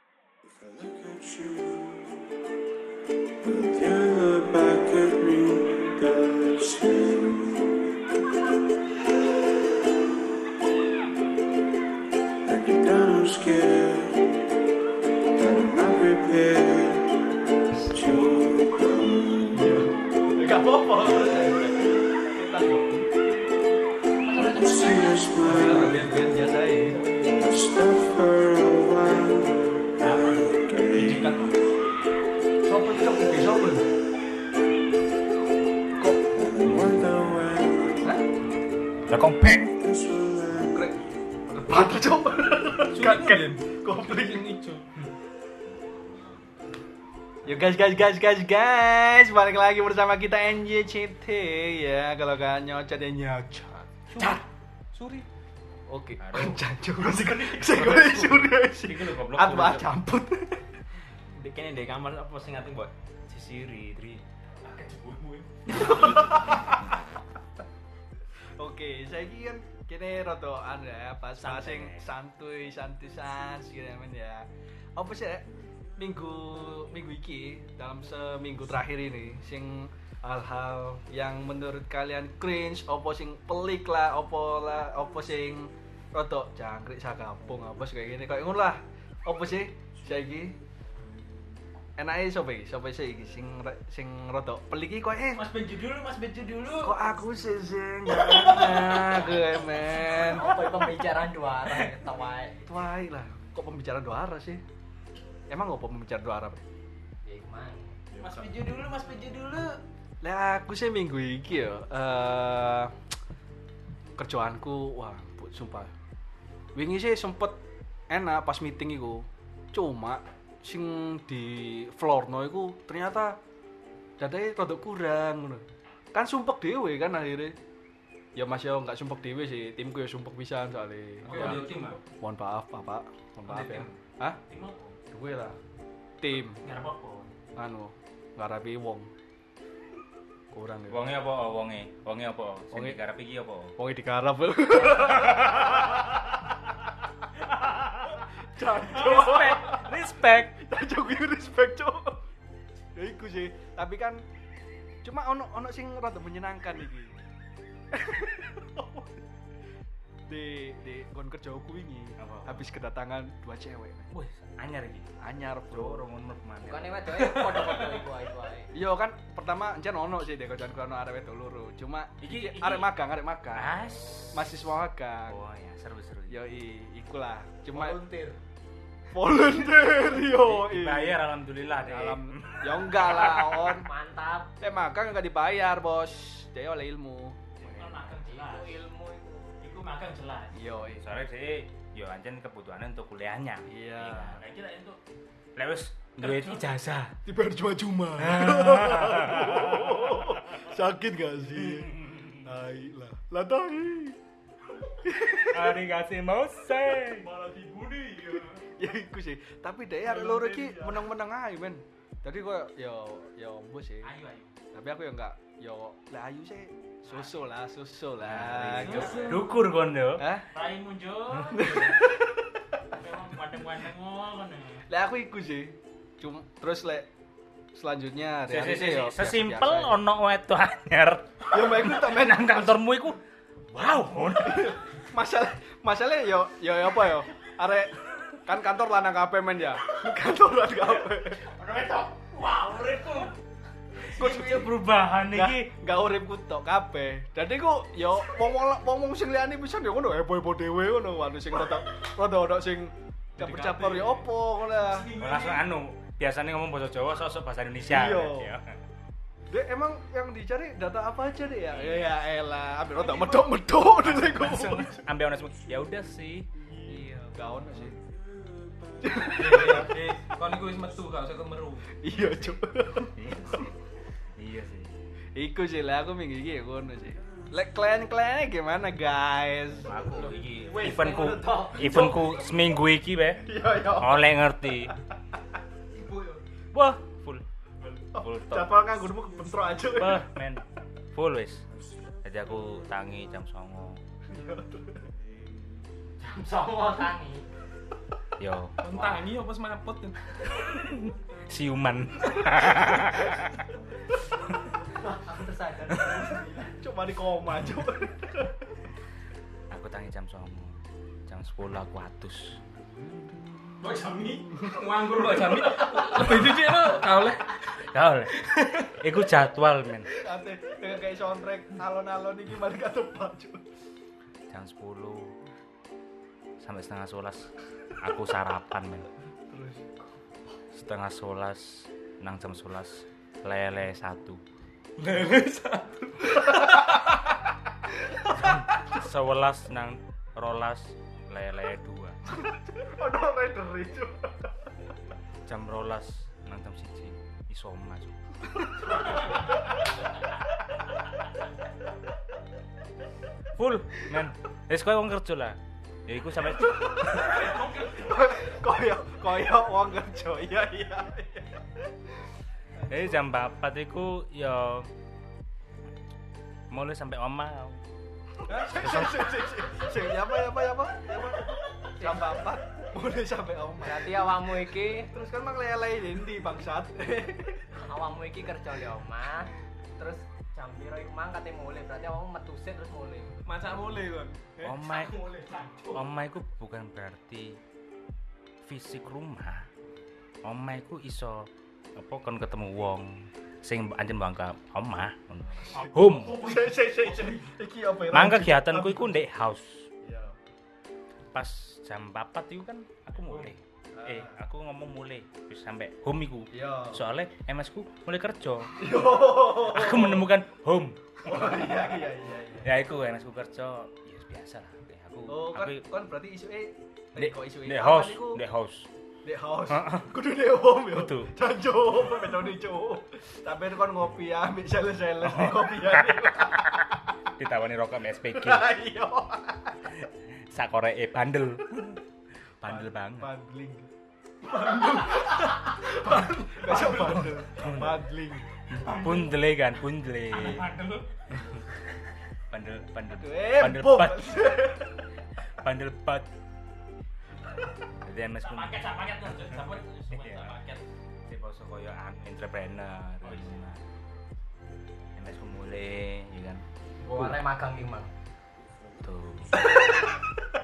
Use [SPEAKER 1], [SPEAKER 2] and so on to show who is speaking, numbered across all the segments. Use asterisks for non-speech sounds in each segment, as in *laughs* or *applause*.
[SPEAKER 1] I look at you, but you look back at me. That's you. And you know I'm scared, but I'm not prepared to go.
[SPEAKER 2] Gak apa-apa. Kita
[SPEAKER 1] I see your smile,
[SPEAKER 2] band-band biasa ya.
[SPEAKER 1] I stop for a while. I get
[SPEAKER 2] Dikat. Sopo cok iki sopo? Kok
[SPEAKER 1] and I wonder when
[SPEAKER 2] Hah?
[SPEAKER 3] Lah kok beng.
[SPEAKER 1] this will end.
[SPEAKER 2] krek. Batu cok. Kaget. Komplit yang ijo. Yo guys guys guys guys guys balik lagi bersama kita NJCT ya kalau gak nyocot ya nyocot. Cat.
[SPEAKER 4] Suri.
[SPEAKER 2] Oke.
[SPEAKER 3] Aduh.
[SPEAKER 2] Jancuk sih kan. Saya gue sudah sih.
[SPEAKER 4] Iku lho goblok.
[SPEAKER 2] Atwa campur.
[SPEAKER 4] Kene ndek kamar apa sing ati mbok sisiri, Dri.
[SPEAKER 2] Oke, saya kan kini roto anu ya, pas pas sing santuy, santusan, segala men ya. Apa sih ya? minggu minggu iki dalam seminggu terakhir ini sing hal-hal yang menurut kalian cringe opo sing pelik lah opo lah opo sing roto jangkrik sakapung apa sih kayak gini kayak ngono lah opo sih saiki enake sapa iki sapa sih iki sing sing roto pelik iki kok eh
[SPEAKER 4] Mas Benju dulu, Mas Benju dulu.
[SPEAKER 2] Kok aku sih sih nggak enak gue men
[SPEAKER 5] apa ya, pembicaraan dua ya, arah ketawa
[SPEAKER 2] Tuai lah, kok pembicaraan dua arah sih? Emang kok pembicaraan dua arah? Pak?
[SPEAKER 5] ya gimana
[SPEAKER 4] Mas Benju dulu, Mas Benju dulu.
[SPEAKER 2] Lah aku sih minggu iki ya eh kerjaanku wah bu- sumpah. Wingi sih sempet enak pas meeting iku. Cuma sing di floorno iku ternyata dadane rada kurang ngono. Kan sumpek dhewe kan akhirnya. Ya Mas yo nggak sumpek dhewe sih, timku ya sumpek pisan soalnya. Ya,
[SPEAKER 4] Aku Oh, tim, Pak.
[SPEAKER 2] mohon maaf Bapak, mohon maaf ya.
[SPEAKER 4] Tim.
[SPEAKER 2] Hah?
[SPEAKER 4] Tim apa?
[SPEAKER 2] Gue lah. Tim
[SPEAKER 4] Ngarep apa?
[SPEAKER 2] anu ngarepi wong kurang ya
[SPEAKER 6] Wonge apa oh, wonge? Wonge apa? Sing
[SPEAKER 2] Wonge-
[SPEAKER 6] digarap iki apa?
[SPEAKER 2] wong *laughs* digarap
[SPEAKER 4] Respect, respect.
[SPEAKER 2] Cok gue iya, respect cok ya iku sih tapi kan cuma ono ono sing rada menyenangkan iki di di kon kerjaku ini
[SPEAKER 6] Apa?
[SPEAKER 2] habis kedatangan dua cewek
[SPEAKER 6] Wih, anyar iki.
[SPEAKER 2] anyar bro
[SPEAKER 6] Loro ngono mana?
[SPEAKER 5] bukan emang doa podo-podo iku ae iku ae
[SPEAKER 2] Iya kan pertama encen ono sih dek kancan ono arek wedok loro. Cuma
[SPEAKER 6] Iki-
[SPEAKER 2] iki,
[SPEAKER 6] iki-
[SPEAKER 2] arek magang, arek magang.
[SPEAKER 6] As.
[SPEAKER 2] Mahasiswa magang.
[SPEAKER 6] Oh
[SPEAKER 4] iya,
[SPEAKER 6] ya, seru-seru.
[SPEAKER 2] Yo ikulah. Cuma
[SPEAKER 5] volunteer
[SPEAKER 2] volunteer yo
[SPEAKER 6] Dibayar alhamdulillah deh.
[SPEAKER 2] dalam ya enggak lah on
[SPEAKER 5] mantap
[SPEAKER 2] eh magang enggak dibayar bos dia oleh ilmu
[SPEAKER 4] Kan magang jelas.
[SPEAKER 5] itu ilmu itu
[SPEAKER 4] Iku magang jelas.
[SPEAKER 2] yo
[SPEAKER 6] Ya, Soalnya sih yo anjen kebutuhannya untuk kuliahnya.
[SPEAKER 2] iya
[SPEAKER 4] Nah, kira itu
[SPEAKER 6] Lah wis duwe ijazah.
[SPEAKER 2] tiba *laughs* cuma-cuma sakit gak sih tai lah lah tai
[SPEAKER 6] Ari kasih mau say.
[SPEAKER 4] malah dibully.
[SPEAKER 2] ya iku sih tapi dia arek loro iki meneng-meneng ae men jadi kok yo yo bos sih
[SPEAKER 4] Ayo, ayo.
[SPEAKER 2] tapi aku ya enggak yo lah ayu sih susul lah susul lah
[SPEAKER 6] Dukur kon yo.
[SPEAKER 2] Hah?
[SPEAKER 4] Rai *laughs* muncul. Memang pandeng-pandeng ngono.
[SPEAKER 2] Lah aku iku sih. Cuma terus lek selanjutnya
[SPEAKER 6] Si- si- si-
[SPEAKER 2] hari-hari ya
[SPEAKER 6] Sesimpel
[SPEAKER 2] biasa-biasa aja.
[SPEAKER 6] ono wedok anyar. Kan
[SPEAKER 2] Ya mbak iku tak main
[SPEAKER 6] Nang kantormu iku wow. ngono.
[SPEAKER 2] masalah masalah yo yo yo apa yo? Arek kan kantor lanang kabeh men ya. *laughs* Kantor lanang kabeh.
[SPEAKER 4] Ono wedok. Wah, uripku.
[SPEAKER 6] Iki perubahan
[SPEAKER 2] Niki
[SPEAKER 6] iki.
[SPEAKER 2] gak uripku tok kabeh. Dadi ku yo wong-wong wong-wong sing liyane pisan yo ngono heboh-heboh dhewe ngono waduh sing rada rada ono sing caper-caper yo opo ngono ya. lah.
[SPEAKER 6] Langsung anu, biasanya ngomong bahasa Jawa sosok bahasa Indonesia.
[SPEAKER 2] Iya.
[SPEAKER 6] Ya.
[SPEAKER 2] Dek emang yang dicari data apa aja deh ya? Ya ya elah, ambil rada medok-medok dhewe
[SPEAKER 6] langsung
[SPEAKER 2] ku.
[SPEAKER 6] ambil ono semua ya udah sih
[SPEAKER 2] Iya, gak ono sih.
[SPEAKER 4] Iya, Kon iku wis metu gak usah kemeru.
[SPEAKER 2] Iya, Cuk.
[SPEAKER 6] iya sih
[SPEAKER 2] Iku sih lah aku minggu iki ya ngono sih. Lek klien-kliennya gimana, guys?
[SPEAKER 6] aku iki eventku eventku seminggu iki be
[SPEAKER 2] Yo yo.
[SPEAKER 6] oleh Oh, ngerti
[SPEAKER 4] Ibu yo.
[SPEAKER 6] wah full full top
[SPEAKER 2] Capal nganggurmu bentrok aja.
[SPEAKER 6] wah men full wis jadi aku tangi jam songo
[SPEAKER 5] sama Oh, tangi
[SPEAKER 6] yo
[SPEAKER 4] Tangi apa semaput kan?
[SPEAKER 6] siuman
[SPEAKER 5] Aku tersadar.
[SPEAKER 2] Coba di koma coba.
[SPEAKER 6] aku tangi jam songo jam 10 aku atus
[SPEAKER 4] Kok jami? Nganggur kok jami? Lebih dicek lo, tau leh.
[SPEAKER 6] ya oleh iku jadwal men
[SPEAKER 2] Ate dengan kayak soundtrack alon-alon ini malah gak tebak coba.
[SPEAKER 6] jam 10 sampai setengah 11 aku sarapan men
[SPEAKER 2] Terus
[SPEAKER 6] setengah 11 nang jam 11 lele satu *laughs* lele satu sewelas nang rolas lele dua
[SPEAKER 2] ono rider coba.
[SPEAKER 6] jam rolas nang jam siji iso masuk full men wis kowe wong kerja lah ya iku sampe
[SPEAKER 2] Koyo koyo wong kerja ya iya. iya.
[SPEAKER 6] jadi jam 4 iku ya mulai sampai omah
[SPEAKER 2] Sing sing sing sing. Sing ya apa ya apa ya apa? Ya apa? Jam 4 mulai sampai omah.
[SPEAKER 5] Berarti awakmu iki,
[SPEAKER 2] Terus kan mang lele ini bangsat.
[SPEAKER 5] awakmu iki kerja di omah, terus jam piro iku mang kate mulai, berarti awakmu metuse terus mulai.
[SPEAKER 4] Macak mule kan.
[SPEAKER 2] Eh,
[SPEAKER 6] Omai.
[SPEAKER 4] Mule cangkuk.
[SPEAKER 6] omah iku bukan berarti fisik rumah omah iku iso apa kon ketemu wong sing anjen bangka omah ngono. home
[SPEAKER 2] Sing sing sing sing. Iki apa ya?
[SPEAKER 6] mang kegiatanku iku ndek house
[SPEAKER 2] Iya.
[SPEAKER 6] pas jam 4 itu kan aku mulai eh aku ngomong mulai terus sampai home iku
[SPEAKER 2] Ah. Iya.
[SPEAKER 6] soalnya MS ku mulai kerja
[SPEAKER 2] Yo.
[SPEAKER 6] aku menemukan home
[SPEAKER 2] Oh iya iya iya. iya.
[SPEAKER 6] ya iku MS ku kerja ya biasa lah Dek, aku
[SPEAKER 2] Oh, kan,
[SPEAKER 6] aku
[SPEAKER 2] kan berarti isu eh
[SPEAKER 6] Dek,
[SPEAKER 2] kok isu
[SPEAKER 6] dek house dek house
[SPEAKER 2] Dek house. Kudu dek home yo.
[SPEAKER 6] Kudu.
[SPEAKER 2] Janjo bedone cuk. Tapi kon ngopi ya, ambek sales-sales
[SPEAKER 6] Oh.
[SPEAKER 2] di kopi ya.
[SPEAKER 6] ditawani rokok sama SPG
[SPEAKER 2] *laughs*
[SPEAKER 4] *laughs*
[SPEAKER 2] Iya.
[SPEAKER 6] sakore e bandel bandel banget
[SPEAKER 2] Bundling. Bundling. Besok bundle. Bundling.
[SPEAKER 6] bundle kan bundle
[SPEAKER 4] Bandel lu.
[SPEAKER 6] bandel bandel
[SPEAKER 2] Aduh, eh,
[SPEAKER 6] bandel
[SPEAKER 2] bom.
[SPEAKER 6] bat bandel bat jadi MS ku
[SPEAKER 4] Paket, sak paket kan. Sabun,
[SPEAKER 6] Iya.
[SPEAKER 4] sak paket.
[SPEAKER 6] si poso koyo an- entrepreneur nah.
[SPEAKER 4] Oh, iya.
[SPEAKER 6] ngono. MS ku mulai ya kan
[SPEAKER 5] Gua arek magang iki mang.
[SPEAKER 6] tuh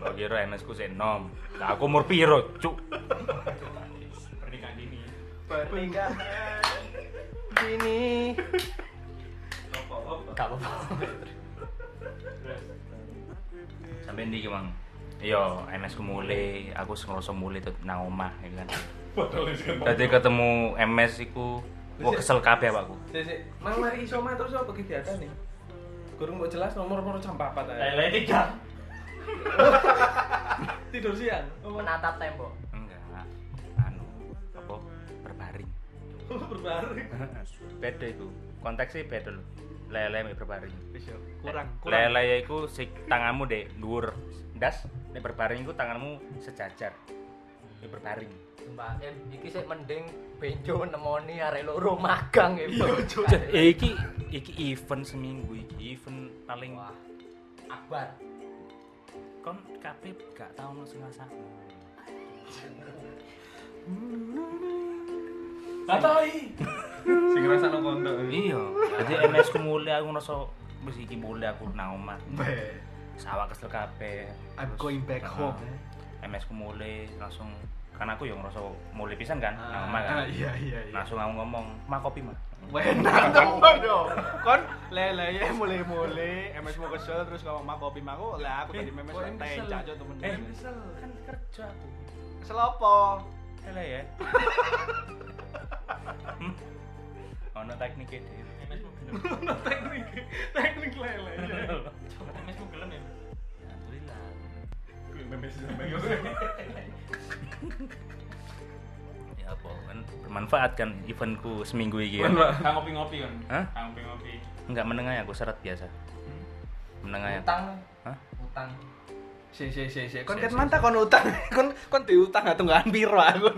[SPEAKER 6] Mbak kira MS ku sik nom lah aku umur piro cuk
[SPEAKER 4] Pernikahan dini.
[SPEAKER 2] Pernikahan ini
[SPEAKER 5] Gak apa-apa.
[SPEAKER 6] sampe ndi ki mang Iya, Yo, MS ku mulai, aku ngerasa mulai tuh nang omah, ya kan.
[SPEAKER 4] Botol wis kan.
[SPEAKER 6] Tadi ketemu MS iku gua kesel kabeh awakku.
[SPEAKER 4] Sik, mang mari iso mah terus apa kegiatan nih? Kurang mau jelas nomor-nomor jam 4
[SPEAKER 2] Eh.
[SPEAKER 4] aja.
[SPEAKER 6] Lele tiga.
[SPEAKER 4] Tidur siang. Ngomong
[SPEAKER 5] Menatap tembok.
[SPEAKER 6] Enggak. Anu, apa? Berbaring.
[SPEAKER 2] Oh,
[SPEAKER 4] berbaring.
[SPEAKER 6] beda iku. Konteksnya beda lho. Lele mek berbaring.
[SPEAKER 2] kurang kurang
[SPEAKER 6] Lele ya iku si tanganmu dek dhuwur. Ndas, nek berbaring iku tanganmu sejajar. Nek berbaring.
[SPEAKER 5] Sumpah, eh, iki sik mending benjo nemoni arek loro magang
[SPEAKER 2] Iya,
[SPEAKER 5] ya, Bro.
[SPEAKER 6] Eh, iki iki event seminggu iki, event paling
[SPEAKER 5] Wah. Akbar.
[SPEAKER 6] kon kabeh gak tau nang sing ngrasakno.
[SPEAKER 4] Batai. Sing ngerasa nang kondo.
[SPEAKER 6] Iya, *laughs* jadi MS ku mulai aku ngerasa wis iki mulai aku nang omah.
[SPEAKER 2] Be,
[SPEAKER 6] sawah kesel kabeh.
[SPEAKER 2] I'm
[SPEAKER 6] Terus,
[SPEAKER 2] going back home.
[SPEAKER 6] uh, MS ku mulai langsung karena aku yang ngerasa mulai pisan kan, nang omah kan.
[SPEAKER 2] Ah, iya iya iya.
[SPEAKER 6] Langsung aku ngomong, "Mah kopi, Mah."
[SPEAKER 2] Wenak temen yo. Kon lele mulai-mulai MS mau kesel terus ngomong mak kopi maku lah aku tadi memes santai jajo temen.
[SPEAKER 6] Eh,
[SPEAKER 2] Eh,
[SPEAKER 6] kesel. Kan kerja aku.
[SPEAKER 2] kesel apa?
[SPEAKER 6] Hele ya. *laughs* Hmm. Ono tekniknya dhewe.
[SPEAKER 4] MS mu gelem. Teknik. Teknik
[SPEAKER 6] *laughs*
[SPEAKER 4] lele. MS mu gelem ya.
[SPEAKER 6] Alhamdulillah.
[SPEAKER 4] Gue memes
[SPEAKER 6] *laughs*
[SPEAKER 4] sama
[SPEAKER 6] Ya apa, kan bermanfaat kan eventku seminggu iki. kan?
[SPEAKER 4] Kang ngopi-ngopi kan.
[SPEAKER 6] Hah?
[SPEAKER 4] Kang ngopi-ngopi.
[SPEAKER 6] Enggak menengah ya, aku seret biasa. Menengah ya.
[SPEAKER 5] Utang.
[SPEAKER 6] Hah?
[SPEAKER 5] Utang.
[SPEAKER 2] Si si si si. Kon
[SPEAKER 6] Si,
[SPEAKER 2] ket
[SPEAKER 6] si,
[SPEAKER 2] mantap kon utang. *laughs* Kon kon diutang atau nggak piro aku.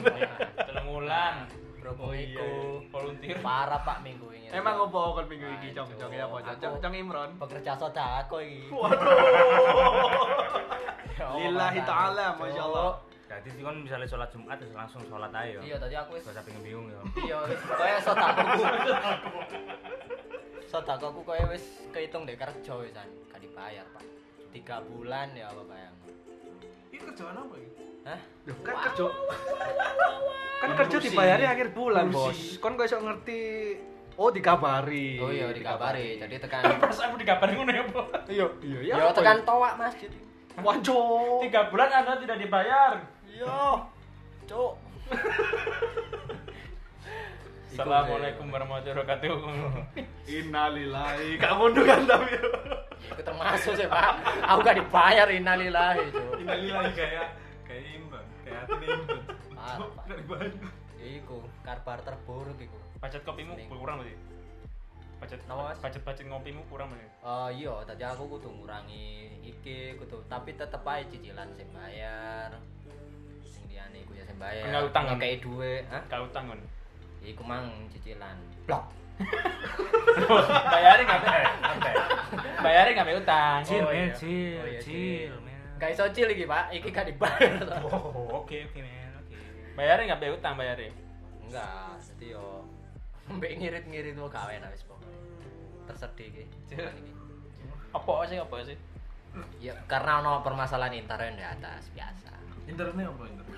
[SPEAKER 4] Telung wulan.
[SPEAKER 2] Oh,
[SPEAKER 5] Propo iku.
[SPEAKER 4] Volunteer.
[SPEAKER 5] Parah Pak minggu ini.
[SPEAKER 2] *laughs* iya,
[SPEAKER 5] Iya.
[SPEAKER 2] Emang opo kon minggu iki cong cong ya apa cong cong
[SPEAKER 5] Aku-
[SPEAKER 2] cong Imron. *laughs*
[SPEAKER 5] bekerja sodako iki.
[SPEAKER 2] Waduh.
[SPEAKER 5] Ya Allah,
[SPEAKER 2] *laughs* Lillahi
[SPEAKER 5] Pak.
[SPEAKER 2] ta'ala, Masya Allah.
[SPEAKER 6] Jadi mesti kon misalnya sholat Jumat terus langsung sholat ayo.
[SPEAKER 5] Iya, tadi aku wis
[SPEAKER 6] Gak usah pengen bingung ya.
[SPEAKER 5] iya wis koyo
[SPEAKER 2] *laughs*
[SPEAKER 5] sodakoku. Sodakoku koyo wis kehitung deh kerja wisan, gak dibayar, Pak. Tiga bulan ya apa bayang.
[SPEAKER 4] Ini kerjaan apa ini?
[SPEAKER 5] Hah?
[SPEAKER 2] Loh, kan kerja kan kerja dibayari akhir bulan
[SPEAKER 4] Ngurusi.
[SPEAKER 2] bos kon kok iso ngerti oh dikabari
[SPEAKER 5] Oh iya dikabari, jadi tekan
[SPEAKER 4] Perasaan aku dikabarin ngono ya, Pak.
[SPEAKER 2] iya *laughs* iya ya
[SPEAKER 5] Yo
[SPEAKER 2] apa
[SPEAKER 5] tekan toa masjid.
[SPEAKER 2] ya? wanco
[SPEAKER 4] Tiga bulan Anda tidak dibayar.
[SPEAKER 2] Iya.
[SPEAKER 5] Yo. Cuk.
[SPEAKER 4] Assalamualaikum warahmatullahi wabarakatuh.
[SPEAKER 2] innalillahi gak mundur kan tapi
[SPEAKER 5] Aku termasuk sih, Pak. Aku gak dibayar innalillahi, Cuk.
[SPEAKER 4] lagi *laughs* kayak kayak imbang, kayak hati imbang.
[SPEAKER 5] Parah, Pak. Ya, Iku karbar terburuk iku.
[SPEAKER 4] Pacet kopimu
[SPEAKER 5] Sering.
[SPEAKER 4] kurang berarti. Pacet
[SPEAKER 5] Nawas.
[SPEAKER 4] pacet pacet ngopimu kurang berarti.
[SPEAKER 5] Eh iya, tadi aku kudu ngurangi iki kudu tapi tetep ae cicilan sing bayar. Sing liyane iku ya sing bayar.
[SPEAKER 4] Nggak utang, kan?
[SPEAKER 5] Kayak duwe, hah? Ya,
[SPEAKER 4] Kau utang kan?
[SPEAKER 5] Iku mang cicilan. Blok.
[SPEAKER 4] Bayarin nggak? Bayarin nggak utang.
[SPEAKER 6] Cil,
[SPEAKER 5] Oh,
[SPEAKER 6] men,
[SPEAKER 5] iya.
[SPEAKER 6] cil,
[SPEAKER 5] Oh, iya,
[SPEAKER 6] cil,
[SPEAKER 5] cil.
[SPEAKER 6] men.
[SPEAKER 5] Kayak iso cil iki, Pak. Iki gak dibayar.
[SPEAKER 4] Oh, oke oke.
[SPEAKER 6] Men, oke.
[SPEAKER 4] Bayarin nggak utang bayarin.
[SPEAKER 5] Enggak, jadi yo *laughs* mbek ngirit-ngirit wae gawe enak wis pokoke. Tersedih iki. cicilan iki.
[SPEAKER 4] Apa sih apa sih?
[SPEAKER 5] Ya karena ono permasalahan internet di atas biasa.
[SPEAKER 4] Internetnya apa internet?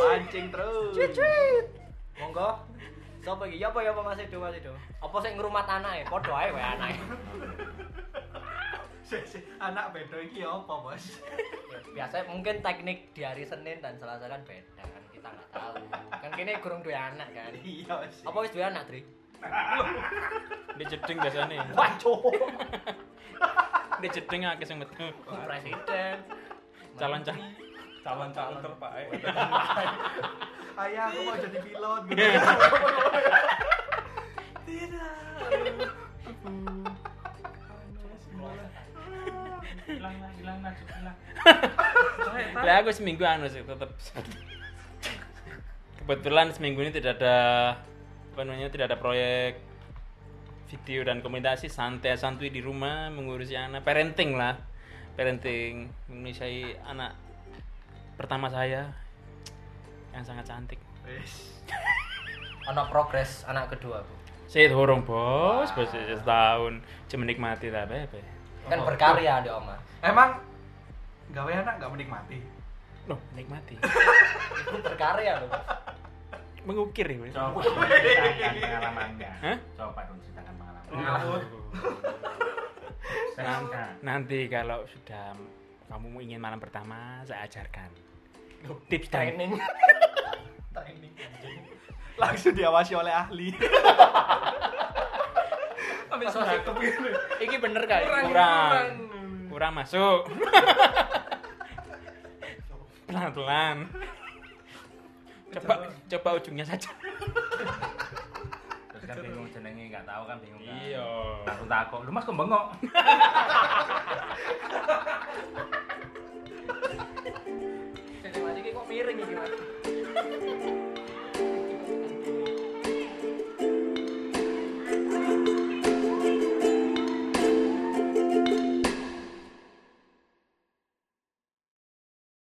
[SPEAKER 2] pancing terus
[SPEAKER 5] Monggo. Sopo iki? Ya apa ya apa Mas Edo, Mas Edo? Apa sik ngrumat anake? Padha ae wae ya. anake.
[SPEAKER 2] Sik, sik, anak bedo iki apa bos
[SPEAKER 5] Ya, biasanya mungkin teknik di hari Senin dan Selasa kan beda kan kita nggak tahu kan kini kurang dua anak kan
[SPEAKER 2] iya sih
[SPEAKER 5] apa wis dua anak Tri?
[SPEAKER 4] Dia jeding biasanya. *laughs*
[SPEAKER 5] Waduh
[SPEAKER 4] Dia jeding akeh sing metu.
[SPEAKER 5] presiden
[SPEAKER 4] Calon calon calon calon terpakai.
[SPEAKER 2] ayah aku mau jadi pilot gitu
[SPEAKER 4] Hilang lah, hilang lah, hilang. Lah aku seminggu anu sih tetap. Kebetulan seminggu ini tidak ada apa namanya tidak ada proyek video dan komunikasi santai santuy di rumah mengurusi anak parenting lah parenting mengurusi anak pertama saya yang sangat cantik
[SPEAKER 2] Wis.
[SPEAKER 5] anak progres anak kedua bu
[SPEAKER 4] saya dorong bos bos saya setahun cuma menikmati lah bebe
[SPEAKER 5] kan berkarya di oma
[SPEAKER 2] emang gawe anak gak menikmati
[SPEAKER 4] loh menikmati
[SPEAKER 5] itu berkarya loh
[SPEAKER 4] *laughs* mengukir ya Beb.
[SPEAKER 6] Coba dong ceritakan pengalamannya.
[SPEAKER 4] Hah?
[SPEAKER 6] Coba dong ceritakan pengalamannya.
[SPEAKER 5] ngawur
[SPEAKER 6] Cerita.
[SPEAKER 4] Nanti kalau sudah kamu ingin malam pertama, saya ajarkan. Tips dan
[SPEAKER 5] training
[SPEAKER 2] langsung diawasi oleh ahli
[SPEAKER 5] ambil sosok iki bener gak iki?
[SPEAKER 4] kurang. Kurang masuk. *laughs* Pelan-pelan. Coba coba ujungnya saja.
[SPEAKER 6] Terus kan bingung jenenge nggak tahu kan bingung kan.
[SPEAKER 4] Iya.
[SPEAKER 6] Langsung takut. Lu Mas kok bengok?
[SPEAKER 5] Jadi, Mas, iki kok miring iki mas